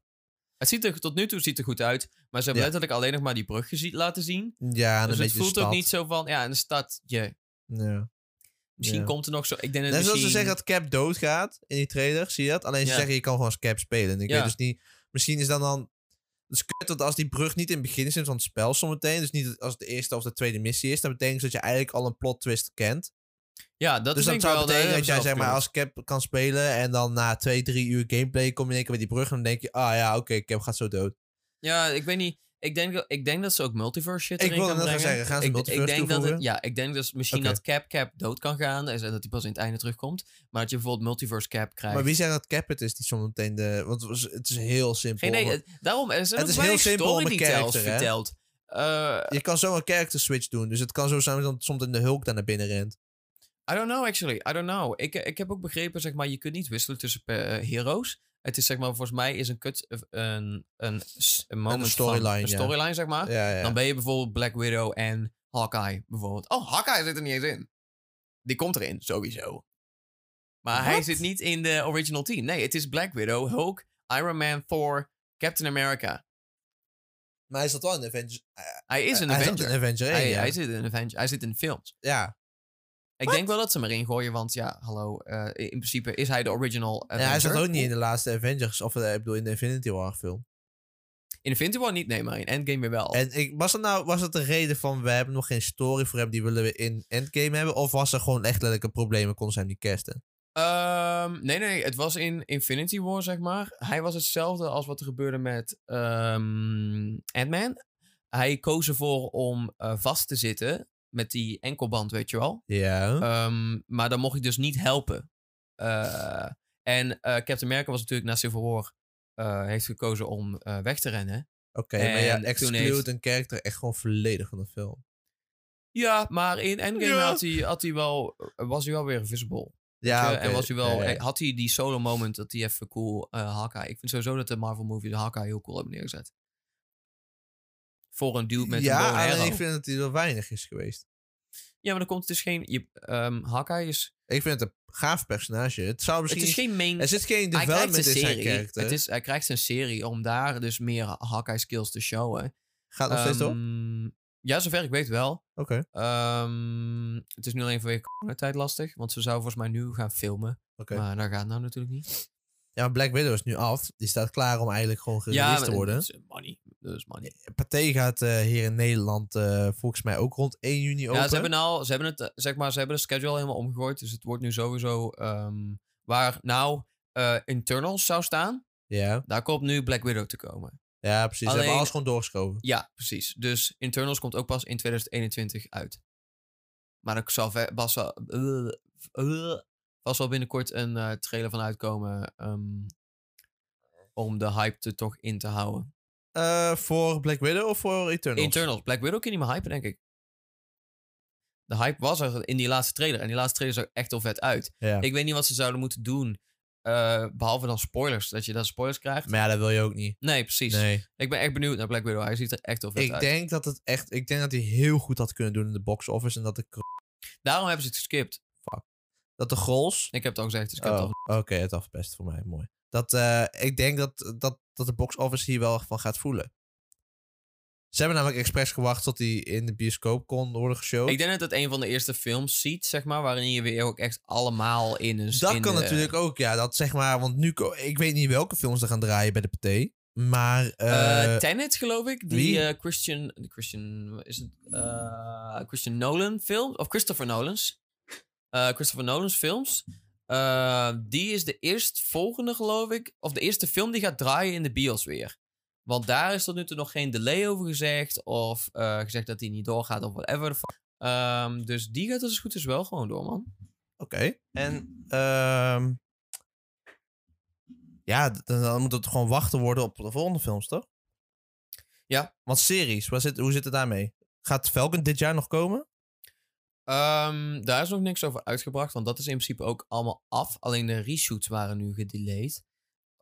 Speaker 2: Het ziet er, tot nu toe ziet er goed uit, maar ze hebben
Speaker 1: Ja.
Speaker 2: letterlijk alleen nog maar die brug gezien, laten zien.
Speaker 1: Ja, en
Speaker 2: dus
Speaker 1: een
Speaker 2: het
Speaker 1: beetje
Speaker 2: voelt
Speaker 1: stad.
Speaker 2: ook niet zo van, ja, een stadje.
Speaker 1: Ja.
Speaker 2: Misschien
Speaker 1: Ja.
Speaker 2: komt er nog zo. Ik denk dat
Speaker 1: Net zoals
Speaker 2: misschien...
Speaker 1: ze zeggen dat Cap doodgaat in die trailer, zie je dat? Alleen ze
Speaker 2: Ja.
Speaker 1: zeggen je kan gewoon als Cap spelen. En ik
Speaker 2: Ja.
Speaker 1: weet dus niet, misschien is dan dan... Het is kut dat als die brug niet in het begin zit van het spel zometeen, dus niet dat als het de eerste of de tweede missie is, dan betekent dat je eigenlijk al een plot twist kent.
Speaker 2: Ja, dat
Speaker 1: dus
Speaker 2: is
Speaker 1: dat
Speaker 2: denk ik
Speaker 1: zou
Speaker 2: wel
Speaker 1: betekenen
Speaker 2: de-
Speaker 1: dat jij zeg maar
Speaker 2: zelfkant.
Speaker 1: als Cap kan spelen en dan na twee, drie uur gameplay kom je in één keer bij die brug en dan denk je, ah ja, oké, Cap gaat zo dood.
Speaker 2: Ja, ik weet niet. Ik denk, dat- ik denk dat ze ook multiverse shit
Speaker 1: Ik
Speaker 2: erin
Speaker 1: wilde
Speaker 2: gaan
Speaker 1: net gaan
Speaker 2: brengen.
Speaker 1: zeggen, gaan ze
Speaker 2: ik,
Speaker 1: multiverse
Speaker 2: ik denk dat
Speaker 1: toevoegen?
Speaker 2: het, Ja, ik denk dus misschien
Speaker 1: Oké.
Speaker 2: dat Cap Cap dood kan gaan en dat hij pas in het einde terugkomt. Maar dat je bijvoorbeeld multiverse Cap krijgt.
Speaker 1: Maar wie zegt dat Cap het is die zometeen de... Want het is- het is heel simpel.
Speaker 2: Geen idee. het- Daarom, er zijn
Speaker 1: Het
Speaker 2: ook
Speaker 1: is heel
Speaker 2: weinig
Speaker 1: simpel om
Speaker 2: story
Speaker 1: een
Speaker 2: details
Speaker 1: character, hè?
Speaker 2: verteld. Eh,
Speaker 1: Je kan zo een character switch doen, dus het kan zo zijn dat soms in de Hulk daar naar binnen rent.
Speaker 2: I don't know, actually. I don't know. Ik, ik heb ook begrepen, zeg maar, je kunt niet wisselen tussen eh, heroes. Het is, zeg maar, volgens mij is een cut, eh, een, een, s- een moment van-
Speaker 1: storyline,
Speaker 2: een
Speaker 1: ja.
Speaker 2: storyline, zeg maar.
Speaker 1: Ja, ja.
Speaker 2: Dan ben je bijvoorbeeld Black Widow en Hawkeye, bijvoorbeeld. Oh, Hawkeye zit er niet eens in. Die komt erin, sowieso. Maar hij
Speaker 1: Wat?
Speaker 2: zit niet in de original team. Nee, het is Black Widow, Hulk, Iron Man, Thor, Captain America.
Speaker 1: Maar hij zat wel in Avengers. Hij,
Speaker 2: Hij is een
Speaker 1: Eh, hij zat
Speaker 2: Avenger.
Speaker 1: in Avenger één,
Speaker 2: Hij,
Speaker 1: ja.
Speaker 2: hij zit in Avenger. Hij zit in films.
Speaker 1: ja.
Speaker 2: Ik
Speaker 1: Wat?
Speaker 2: denk wel dat ze hem erin gooien, want ja, hallo. eh, in principe is hij de original
Speaker 1: Ja,
Speaker 2: Avenger.
Speaker 1: hij zat ook niet in de laatste Avengers. Of eh, ik bedoel, in de Infinity War film.
Speaker 2: In Infinity War niet, nee, maar in Endgame weer wel.
Speaker 1: En ik, was dat nou was dat de reden van, we hebben nog geen story voor hem, die willen we in Endgame hebben? Of was er gewoon echt letterlijk een probleem en konden ze hem niet casten?
Speaker 2: Ehm, nee, nee, nee, het was in Infinity War, zeg maar. Hij was hetzelfde als wat er gebeurde met ehm Ant-Man. Hij koos ervoor om eh, vast te zitten met die enkelband, weet je wel.
Speaker 1: Ja.
Speaker 2: Ehm, maar dan mocht hij dus niet helpen. Eh, en eh, Captain America was natuurlijk na Civil War... eh, heeft gekozen om eh, weg te rennen.
Speaker 1: Oké, maar ja,
Speaker 2: en toen
Speaker 1: exclude
Speaker 2: heeft-
Speaker 1: een character echt gewoon volledig van de film.
Speaker 2: Ja, maar in Endgame
Speaker 1: Ja.
Speaker 2: had hij, had hij wel, was hij wel weer visible.
Speaker 1: Ja,
Speaker 2: Eh,
Speaker 1: oké.
Speaker 2: En was hij
Speaker 1: Ja,
Speaker 2: wel,
Speaker 1: ja.
Speaker 2: eh, had hij die solo moment dat hij even cool eh Hawkeye. Ik vind sowieso dat de Marvel movies Hawkeye heel cool hebben neergezet. Voor een dude met een bow
Speaker 1: ja,
Speaker 2: en
Speaker 1: alleen
Speaker 2: arrow.
Speaker 1: ik vind dat hij wel weinig is geweest.
Speaker 2: Ja, maar dan komt het dus geen... Je, ehm, Hawkeye is...
Speaker 1: Ik vind het een gaaf personage. Het zou
Speaker 2: Het
Speaker 1: misschien...
Speaker 2: is geen main...
Speaker 1: Er zit geen
Speaker 2: Hij krijgt
Speaker 1: development
Speaker 2: een
Speaker 1: in zijn
Speaker 2: serie.
Speaker 1: character.
Speaker 2: Het is, hij krijgt een serie om daar dus meer Hawkeye skills te showen.
Speaker 1: Gaat nog steeds op? Oké.
Speaker 2: Ehm, Ja, zover ik weet wel. Ehm, het is nu alleen vanwege coronatijd lastig. Want ze zou volgens mij nu gaan filmen.
Speaker 1: oké.
Speaker 2: Maar daar gaat nou natuurlijk niet.
Speaker 1: Ja, maar Black Widow is nu af. Die staat klaar om eigenlijk gewoon gereleased te
Speaker 2: maar
Speaker 1: worden.
Speaker 2: dat is money. Dat is money.
Speaker 1: Pathé gaat eh, hier in Nederland eh, volgens mij ook rond 1 juni open.
Speaker 2: Ja, ze hebben, al, ze hebben het, eh, zeg maar, ze hebben de schedule helemaal omgegooid. Dus het wordt nu sowieso ehm, waar nou eh, Internals zou staan.
Speaker 1: ja,
Speaker 2: Daar komt nu Black Widow te komen.
Speaker 1: ja, precies. Ze
Speaker 2: Alleen-
Speaker 1: hebben alles gewoon doorgeschoven.
Speaker 2: Ja, precies. Dus Internals komt ook pas in 2021 uit. Maar er zal ve- vast wel, eh, eh, vast wel binnenkort een eh, trailer van uitkomen. ehm, om de hype er toch in te houden.
Speaker 1: Eh, voor Black Widow of voor Eternals?
Speaker 2: Internals. Black Widow kan niet meer hypen, denk ik. De hype was er in die laatste trailer. En die laatste trailer zag echt al vet uit.
Speaker 1: Ja.
Speaker 2: Ik weet niet wat ze zouden moeten doen. eh, behalve dan spoilers. Dat je dan spoilers krijgt.
Speaker 1: Maar ja, dat wil je ook niet.
Speaker 2: Nee, precies.
Speaker 1: Nee.
Speaker 2: Ik ben echt benieuwd naar Black Widow. Hij ziet er echt al vet
Speaker 1: Ik
Speaker 2: uit.
Speaker 1: denk dat het echt... Ik denk dat hij heel goed had kunnen doen in de box office. En dat de, kro-
Speaker 2: Daarom hebben ze het geskipt.
Speaker 1: dat de goals...
Speaker 2: Ik heb het al gezegd, dus ik heb het
Speaker 1: Oh,
Speaker 2: al...
Speaker 1: Oké, het afpest voor mij. Mooi. Dat, eh, ik denk dat, dat, dat de box office hier wel van gaat voelen. Ze hebben namelijk expres gewacht tot hij in de bioscoop kon worden geshowd.
Speaker 2: Ik denk dat het een van de eerste films ziet, zeg maar, waarin je weer ook echt allemaal in een...
Speaker 1: dat
Speaker 2: dus in
Speaker 1: kan
Speaker 2: de-
Speaker 1: natuurlijk ook, ja. Dat zeg maar, want nu... ko- Ik weet niet welke films er gaan draaien bij de PT. Maar... eh,
Speaker 2: Eh, Tenet, geloof ik. Die
Speaker 1: wie?
Speaker 2: eh, Christian... Christian... Is het... eh, Christian Nolan film? Of Christopher Nolan's. Eh, Christopher Nolan's films. Eh, die is de eerstvolgende, geloof ik. Of de eerste film die gaat draaien in de bios weer. Want daar is tot nu toe nog geen delay over gezegd. Of eh, gezegd dat die niet doorgaat of whatever. the fuck. Ehm, dus die gaat als het goed is wel gewoon door, man.
Speaker 1: Oké. En... ehm, ja, d- dan, dan moet het gewoon wachten worden op de volgende films, toch?
Speaker 2: Ja.
Speaker 1: Want series, waar zit, hoe zit het daarmee? Gaat Falcon dit jaar nog komen?
Speaker 2: Ehm, daar is nog niks over uitgebracht, want dat is in principe ook allemaal af. Alleen de reshoots waren nu gedelayed.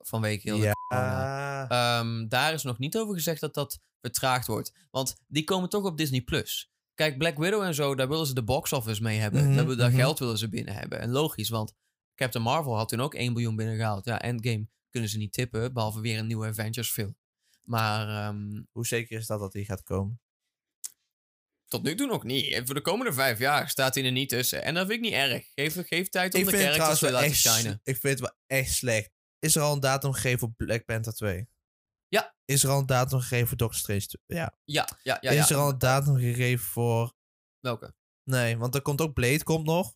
Speaker 2: Vanwege heel de corona. Ehm, daar is nog niet over gezegd dat dat vertraagd wordt. Want die komen toch op Disney+. Plus. Kijk, Black Widow en zo, daar willen ze de box office mee hebben.
Speaker 1: Mhm,
Speaker 2: daar, wil- daar
Speaker 1: mhm.
Speaker 2: geld willen ze binnen hebben. En logisch, want Captain Marvel had toen ook 1 miljoen binnengehaald. Ja, Endgame kunnen ze niet tippen, behalve weer een nieuwe Avengers film. Maar ehm,
Speaker 1: Hoe zeker is dat dat die gaat komen?
Speaker 2: tot nu toe nog niet. En voor de komende vijf jaar staat hij er niet tussen. En dat vind ik niet erg. Geef, geef tijd om de characters te laten shinen.
Speaker 1: ik vind het wel echt slecht. Is er al een datum gegeven voor Black Panther 2?
Speaker 2: Ja.
Speaker 1: Is er al een datum gegeven voor Doctor Strange 2? Ja.
Speaker 2: Ja, ja, ja.
Speaker 1: Is
Speaker 2: ja.
Speaker 1: er al een datum gegeven voor...
Speaker 2: Welke?
Speaker 1: Nee, want er komt ook Blade, komt nog.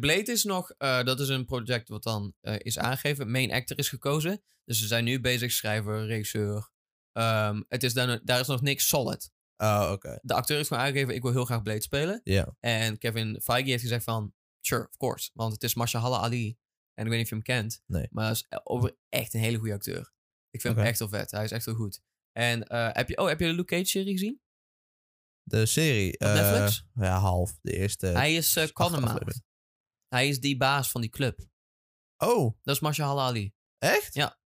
Speaker 2: Blade is nog, eh, dat is een project wat dan eh, is aangegeven. Main actor is gekozen. Dus ze zijn nu bezig, schrijver, regisseur. Ehm, het is daar, daar is nog niks solid.
Speaker 1: Oh, oké.
Speaker 2: De acteur heeft gewoon aangegeven, ik wil heel graag Blade spelen.
Speaker 1: Ja.
Speaker 2: En Kevin Feige heeft gezegd van, sure, of course. Want het is Mahershala Ali. En ik weet niet of je hem kent.
Speaker 1: Nee.
Speaker 2: Maar hij is e- over echt een hele goede acteur. Ik vind
Speaker 1: Oké.
Speaker 2: hem echt heel vet. Hij is echt heel goed. En eh, heb, je, oh, heb je de Luke Cage-serie gezien?
Speaker 1: De serie.
Speaker 2: Op
Speaker 1: eh,
Speaker 2: Netflix?
Speaker 1: Ja, half. De eerste.
Speaker 2: Hij is eh
Speaker 1: acht
Speaker 2: Connemaat.
Speaker 1: afleveringen.
Speaker 2: Hij is die baas van die club.
Speaker 1: Oh,
Speaker 2: Dat is Mahershala Ali.
Speaker 1: echt?
Speaker 2: Ja.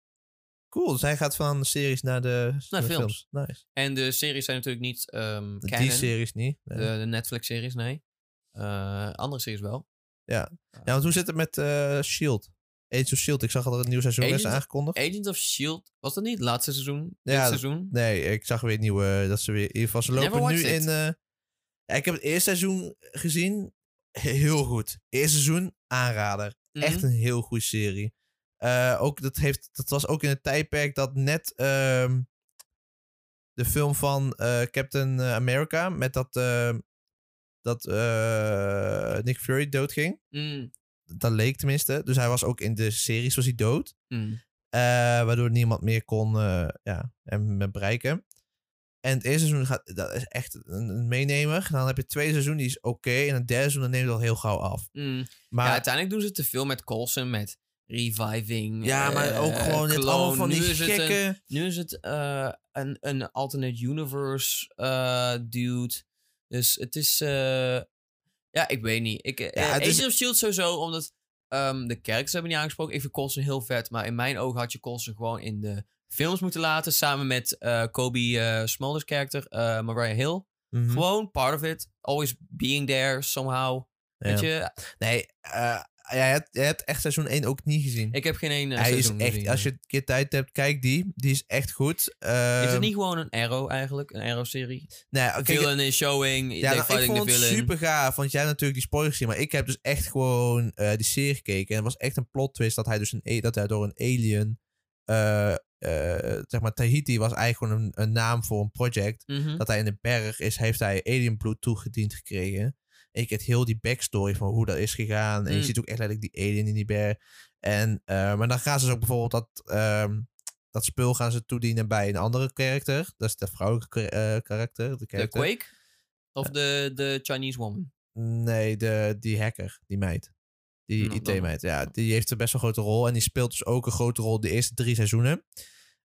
Speaker 1: Cool, dus hij gaat van series naar de
Speaker 2: Naar films.
Speaker 1: Nice.
Speaker 2: En de series zijn natuurlijk niet ehm
Speaker 1: Die
Speaker 2: canon.
Speaker 1: series niet.
Speaker 2: De,
Speaker 1: Nee.
Speaker 2: de Netflix-series, nee. Eh, andere series wel.
Speaker 1: Ja, want hoe zit het met eh, S.H.I.E.L.D.? Age of S.H.I.E.L.D. Ik zag dat er een nieuw seizoen
Speaker 2: Agent
Speaker 1: is
Speaker 2: of-
Speaker 1: aangekondigd.
Speaker 2: Agents of S.H.I.E.L.D. E Was dat niet het laatste seizoen?
Speaker 1: Ja,
Speaker 2: Dit
Speaker 1: dat-
Speaker 2: seizoen?
Speaker 1: Nee, ik zag weer nieuwe. eh, Dat ze weer. In ieder geval, ze
Speaker 2: Never
Speaker 1: lopen nu
Speaker 2: watched it.
Speaker 1: in. eh, ja, ik heb het eerste seizoen gezien. Heel goed. Eerste seizoen aanrader.
Speaker 2: Mhm.
Speaker 1: Echt een heel goede serie. Eh, ook, dat, heeft, dat was ook in het tijdperk dat net ehm, de film van eh, Captain America met dat, eh, dat eh, Nick Fury doodging.
Speaker 2: Mm,
Speaker 1: Dat leek tenminste. Dus hij was ook in de series was hij dood.
Speaker 2: mm.
Speaker 1: Eh, waardoor niemand meer kon eh, ja, hem bereiken. En het eerste seizoen gaat, dat is echt een, een meenemer. Dan heb je het tweede seizoen, die is oké. En het derde seizoen, dan neemt het al heel gauw af.
Speaker 2: Mm.
Speaker 1: Maar,
Speaker 2: ja,
Speaker 1: ja,
Speaker 2: uiteindelijk doen ze te veel met Colson, met reviving.
Speaker 1: maar
Speaker 2: eh,
Speaker 1: ook gewoon dit
Speaker 2: clone.
Speaker 1: allemaal van die
Speaker 2: Nu is het een-
Speaker 1: gekke...
Speaker 2: Nu is het eh, een, een alternate universe eh, dude. Dus het is. eh, ja, ik weet niet. Ik, eh,
Speaker 1: het is-
Speaker 2: Agents of Shield sowieso, omdat ehm, de kerkers hebben niet aangesproken. Ik vind Colson heel vet, maar in mijn ogen had je Colson gewoon in de films moeten laten. Samen met eh, Kobe eh, Smulders karakter, eh, Mariah Hill.
Speaker 1: Mhm.
Speaker 2: Gewoon part of it. Always being there somehow. Weet
Speaker 1: Ja.
Speaker 2: je,
Speaker 1: Nee, eh, jij, hebt, jij hebt echt seizoen 1 ook niet gezien.
Speaker 2: ik heb geen ene.
Speaker 1: Hij is
Speaker 2: seizoen
Speaker 1: echt,
Speaker 2: gezien.
Speaker 1: als je een keer tijd hebt, kijk die. Die is echt goed.
Speaker 2: Is
Speaker 1: Ehm, nou
Speaker 2: het niet gewoon een Arrow eigenlijk? Een Arrow-serie?
Speaker 1: Nee, kijk,
Speaker 2: Villain is showing.
Speaker 1: Ja,
Speaker 2: they
Speaker 1: nou, ik
Speaker 2: fighting
Speaker 1: vond
Speaker 2: the
Speaker 1: het
Speaker 2: villain.
Speaker 1: super gaaf, want jij hebt natuurlijk die spoiler gezien, maar ik heb dus echt gewoon eh, die serie gekeken. En het was echt een plot twist dat hij dus een, a- dat hij door een alien, eh, eh, zeg maar Tahiti was eigenlijk gewoon een, een naam voor een project.
Speaker 2: Mhm.
Speaker 1: Dat hij in de berg is, heeft hij alienbloed toegediend gekregen. En je kent heel die backstory van hoe dat is gegaan. En je
Speaker 2: Mm.
Speaker 1: ziet ook echt letterlijk die alien in die berg. En, eh, maar dan gaan ze dus ook bijvoorbeeld dat, ehm, dat spul gaan ze toedienen bij een andere karakter. Dat is de vrouwelijke eh, karakter. De,
Speaker 2: De
Speaker 1: character.
Speaker 2: Quake? Of de, de Chinese woman?
Speaker 1: Nee, de, die hacker, die meid. Die
Speaker 2: Nou, dan-
Speaker 1: IT-meid, ja. Die heeft een best wel grote rol. En die speelt dus ook een grote rol de eerste drie seizoenen.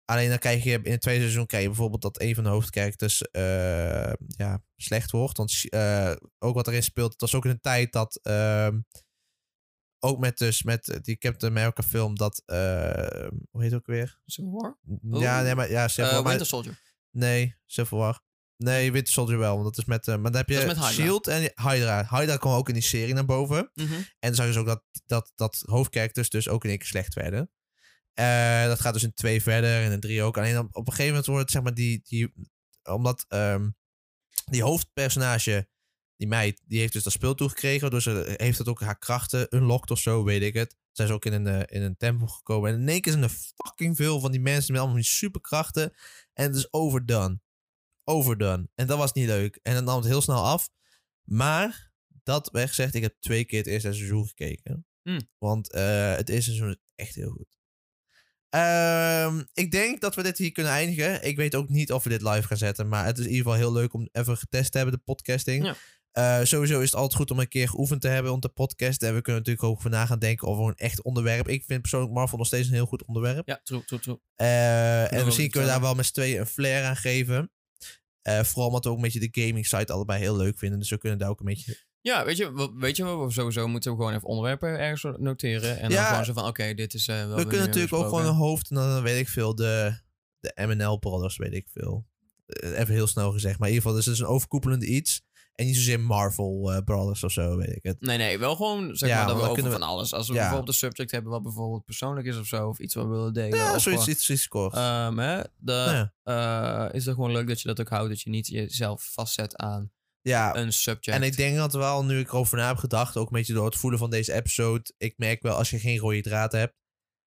Speaker 1: Alleen dan krijg je in het tweede seizoen krijg je bijvoorbeeld dat een van de hoofdcharacters eh, ja, slecht wordt. Want eh, ook wat erin speelt, het was ook in een tijd dat. ehm, ook met dus met die Captain America film dat. eh, hoe heet het ook weer?
Speaker 2: Civil War?
Speaker 1: Ja,
Speaker 2: Oh.
Speaker 1: nee, maar. Ja, Civil
Speaker 2: Eh,
Speaker 1: War, maar-
Speaker 2: Winter Soldier.
Speaker 1: Nee, Civil War. Nee, Winter Soldier wel. Want dat is met. eh, maar dan heb je
Speaker 2: Dat is met Hydra.
Speaker 1: Shield en Hydra. Hydra kwam ook in die serie naar boven. En
Speaker 2: Mhm. Mm-hmm.
Speaker 1: dan zag je dus ook dat, dat, dat hoofdcharacters dus ook in één keer slecht werden. Eh, dat gaat dus in twee verder en in drie ook. Alleen dan, op een gegeven moment wordt het zeg maar die. die omdat ehm, die hoofdpersonage, die meid, die heeft dus dat spul toegekregen. Waardoor ze heeft het ook haar krachten unlocked of zo, weet ik het. Zijn ze ook in een, eh, in een tempel gekomen. En in één keer zijn er fucking veel van die mensen met allemaal van die superkrachten. En het is overdone. Overdone. En dat was niet leuk. En dat nam het heel snel af. Maar, dat werd gezegd, ik heb twee keer het eerste seizoen gekeken.
Speaker 2: Hm.
Speaker 1: Want eh, het eerste seizoen is echt heel goed. Ehm, ik denk dat we dit hier kunnen eindigen. Ik weet ook niet of we dit live gaan zetten. Maar het is in ieder geval heel leuk om even getest te hebben, de podcasting.
Speaker 2: Ja.
Speaker 1: Eh, sowieso is het altijd goed om een keer geoefend te hebben om te podcasten. En we kunnen natuurlijk ook voor na gaan denken over een echt onderwerp. Ik vind persoonlijk Marvel nog steeds een heel goed onderwerp.
Speaker 2: Ja, true, true, true.
Speaker 1: Eh,
Speaker 2: wel
Speaker 1: en misschien
Speaker 2: iets
Speaker 1: kunnen we daar
Speaker 2: aan.
Speaker 1: wel met z'n tweeën een flair aan geven. Eh, vooral omdat we ook een beetje de gaming site allebei heel leuk vinden. Dus we kunnen daar ook een beetje...
Speaker 2: Ja, weet je, wa- weet je wat we sowieso moeten? We gewoon even onderwerpen ergens noteren. En dan
Speaker 1: Ja.
Speaker 2: gewoon zo van, oké, dit is eh, wel
Speaker 1: we kunnen natuurlijk ook gewoon een hoofd en dan weet ik veel, de, de M&L Brothers, weet ik veel. Eh, Even heel snel gezegd. Maar in ieder geval, dus het is een overkoepelend iets. En niet zozeer Marvel eh, Brothers of zo, weet ik het.
Speaker 2: Nee, nee, wel gewoon zeg
Speaker 1: Ja,
Speaker 2: maar
Speaker 1: want
Speaker 2: dat
Speaker 1: dan
Speaker 2: we over
Speaker 1: kunnen we-
Speaker 2: van alles. Als we
Speaker 1: Ja.
Speaker 2: bijvoorbeeld een subject hebben wat bijvoorbeeld persoonlijk is of zo, of iets wat we willen delen.
Speaker 1: Ja,
Speaker 2: of
Speaker 1: zoiets,
Speaker 2: gewoon-
Speaker 1: iets, iets kort.
Speaker 2: Ehm, hè,
Speaker 1: Nou
Speaker 2: de,
Speaker 1: ja.
Speaker 2: eh, is het gewoon leuk dat je dat ook houdt, dat je niet jezelf vastzet aan
Speaker 1: ja,
Speaker 2: een subject.
Speaker 1: en ik denk dat wel, nu ik erover na heb gedacht, ook een beetje door het voelen van deze episode, ik merk wel, als je geen rode draad hebt,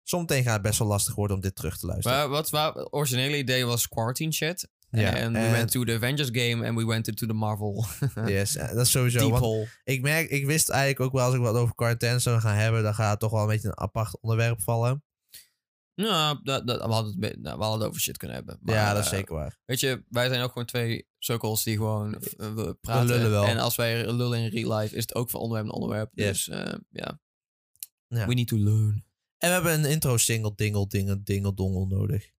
Speaker 1: soms gaat het best wel lastig worden om dit terug te luisteren.
Speaker 2: Maar wat waar het originele idee was quarantine chat.
Speaker 1: Ja,
Speaker 2: En we
Speaker 1: en-
Speaker 2: went to the Avengers game and we went into the Marvel
Speaker 1: Yes, eh, dat is sowieso.
Speaker 2: deep
Speaker 1: want
Speaker 2: hole.
Speaker 1: ik merk, ik wist eigenlijk ook wel als ik wat over quarantaine zou gaan hebben, dan gaat het toch wel een beetje een apart onderwerp vallen.
Speaker 2: Nou, dat, dat, we, hadden het, be- nou, we hadden het over shit kunnen hebben. Maar,
Speaker 1: ja, dat is
Speaker 2: eh,
Speaker 1: zeker waar.
Speaker 2: Weet je, wij zijn ook gewoon twee cirkels die gewoon eh, we praten.
Speaker 1: lullen wel.
Speaker 2: En als wij lullen in real life, is het ook van onderwerp naar onderwerp.
Speaker 1: Yes.
Speaker 2: Dus eh, ja.
Speaker 1: Ja.
Speaker 2: We need to learn.
Speaker 1: En we hebben een intro single dingle dingle dingle dongel nodig.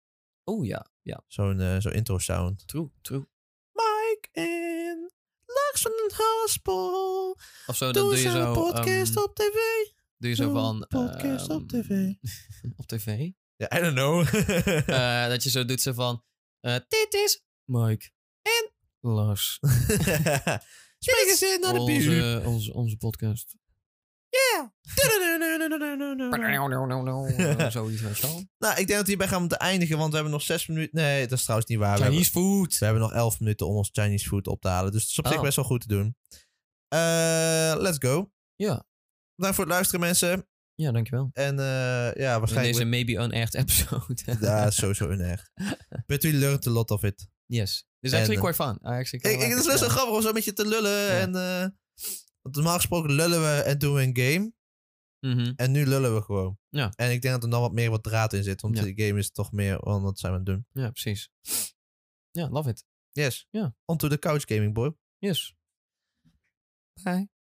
Speaker 2: Oh ja, ja.
Speaker 1: Zo'n eh, zo'n intro sound.
Speaker 2: True, true.
Speaker 1: Mike en Lars van den Haspel.
Speaker 2: Of zo,
Speaker 1: Doe
Speaker 2: dan doe je
Speaker 1: zo'n
Speaker 2: zo...
Speaker 1: podcast
Speaker 2: ehm,
Speaker 1: op tv.
Speaker 2: Doe je zo
Speaker 1: Doe
Speaker 2: van...
Speaker 1: podcast op
Speaker 2: ehm,
Speaker 1: tv.
Speaker 2: op tv?
Speaker 1: Ja, I don't know.
Speaker 2: Eh, dat je zo doet ze van... eh, dit is Mike en Lars.
Speaker 1: Spreek eens in naar de buurt.
Speaker 2: Onze, onze, onze podcast.
Speaker 1: Yeah. no, no, no, no, no.
Speaker 2: No, no, no, no. Zoiets met zo.
Speaker 1: Nou, ik denk dat we hierbij gaan moeten eindigen, want we hebben nog zes minuten. Nee, dat is trouwens niet waar. Ah, We hebben,
Speaker 2: Chinese food.
Speaker 1: we hebben nog elf minuten om ons Chinese food op te halen. Dus het is op zich
Speaker 2: Oh.
Speaker 1: best wel goed te doen. Eh, let's go.
Speaker 2: Ja.
Speaker 1: Bedankt voor het luisteren, mensen.
Speaker 2: Ja, dankjewel.
Speaker 1: En eh, ja,
Speaker 2: In
Speaker 1: waarschijnlijk...
Speaker 2: deze maybe unearthed episode.
Speaker 1: Ja, is sowieso een echt. But we learned a lot of it.
Speaker 2: Yes. This is
Speaker 1: En,
Speaker 2: actually
Speaker 1: eh,
Speaker 2: quite fun. I actually
Speaker 1: Ik, ik, het is best wel grappig om zo met je te lullen.
Speaker 2: Ja.
Speaker 1: En, eh, want normaal gesproken lullen we en doen we een game.
Speaker 2: Mhm.
Speaker 1: En nu lullen we gewoon.
Speaker 2: Ja.
Speaker 1: En ik denk dat er dan wat meer wat draad in zit. Want
Speaker 2: Ja.
Speaker 1: de game is toch meer van wat zijn we aan het doen.
Speaker 2: Ja, precies. Ja, love it.
Speaker 1: Yes.
Speaker 2: Ja.
Speaker 1: Onto the couch gaming, boy.
Speaker 2: Yes. Bye.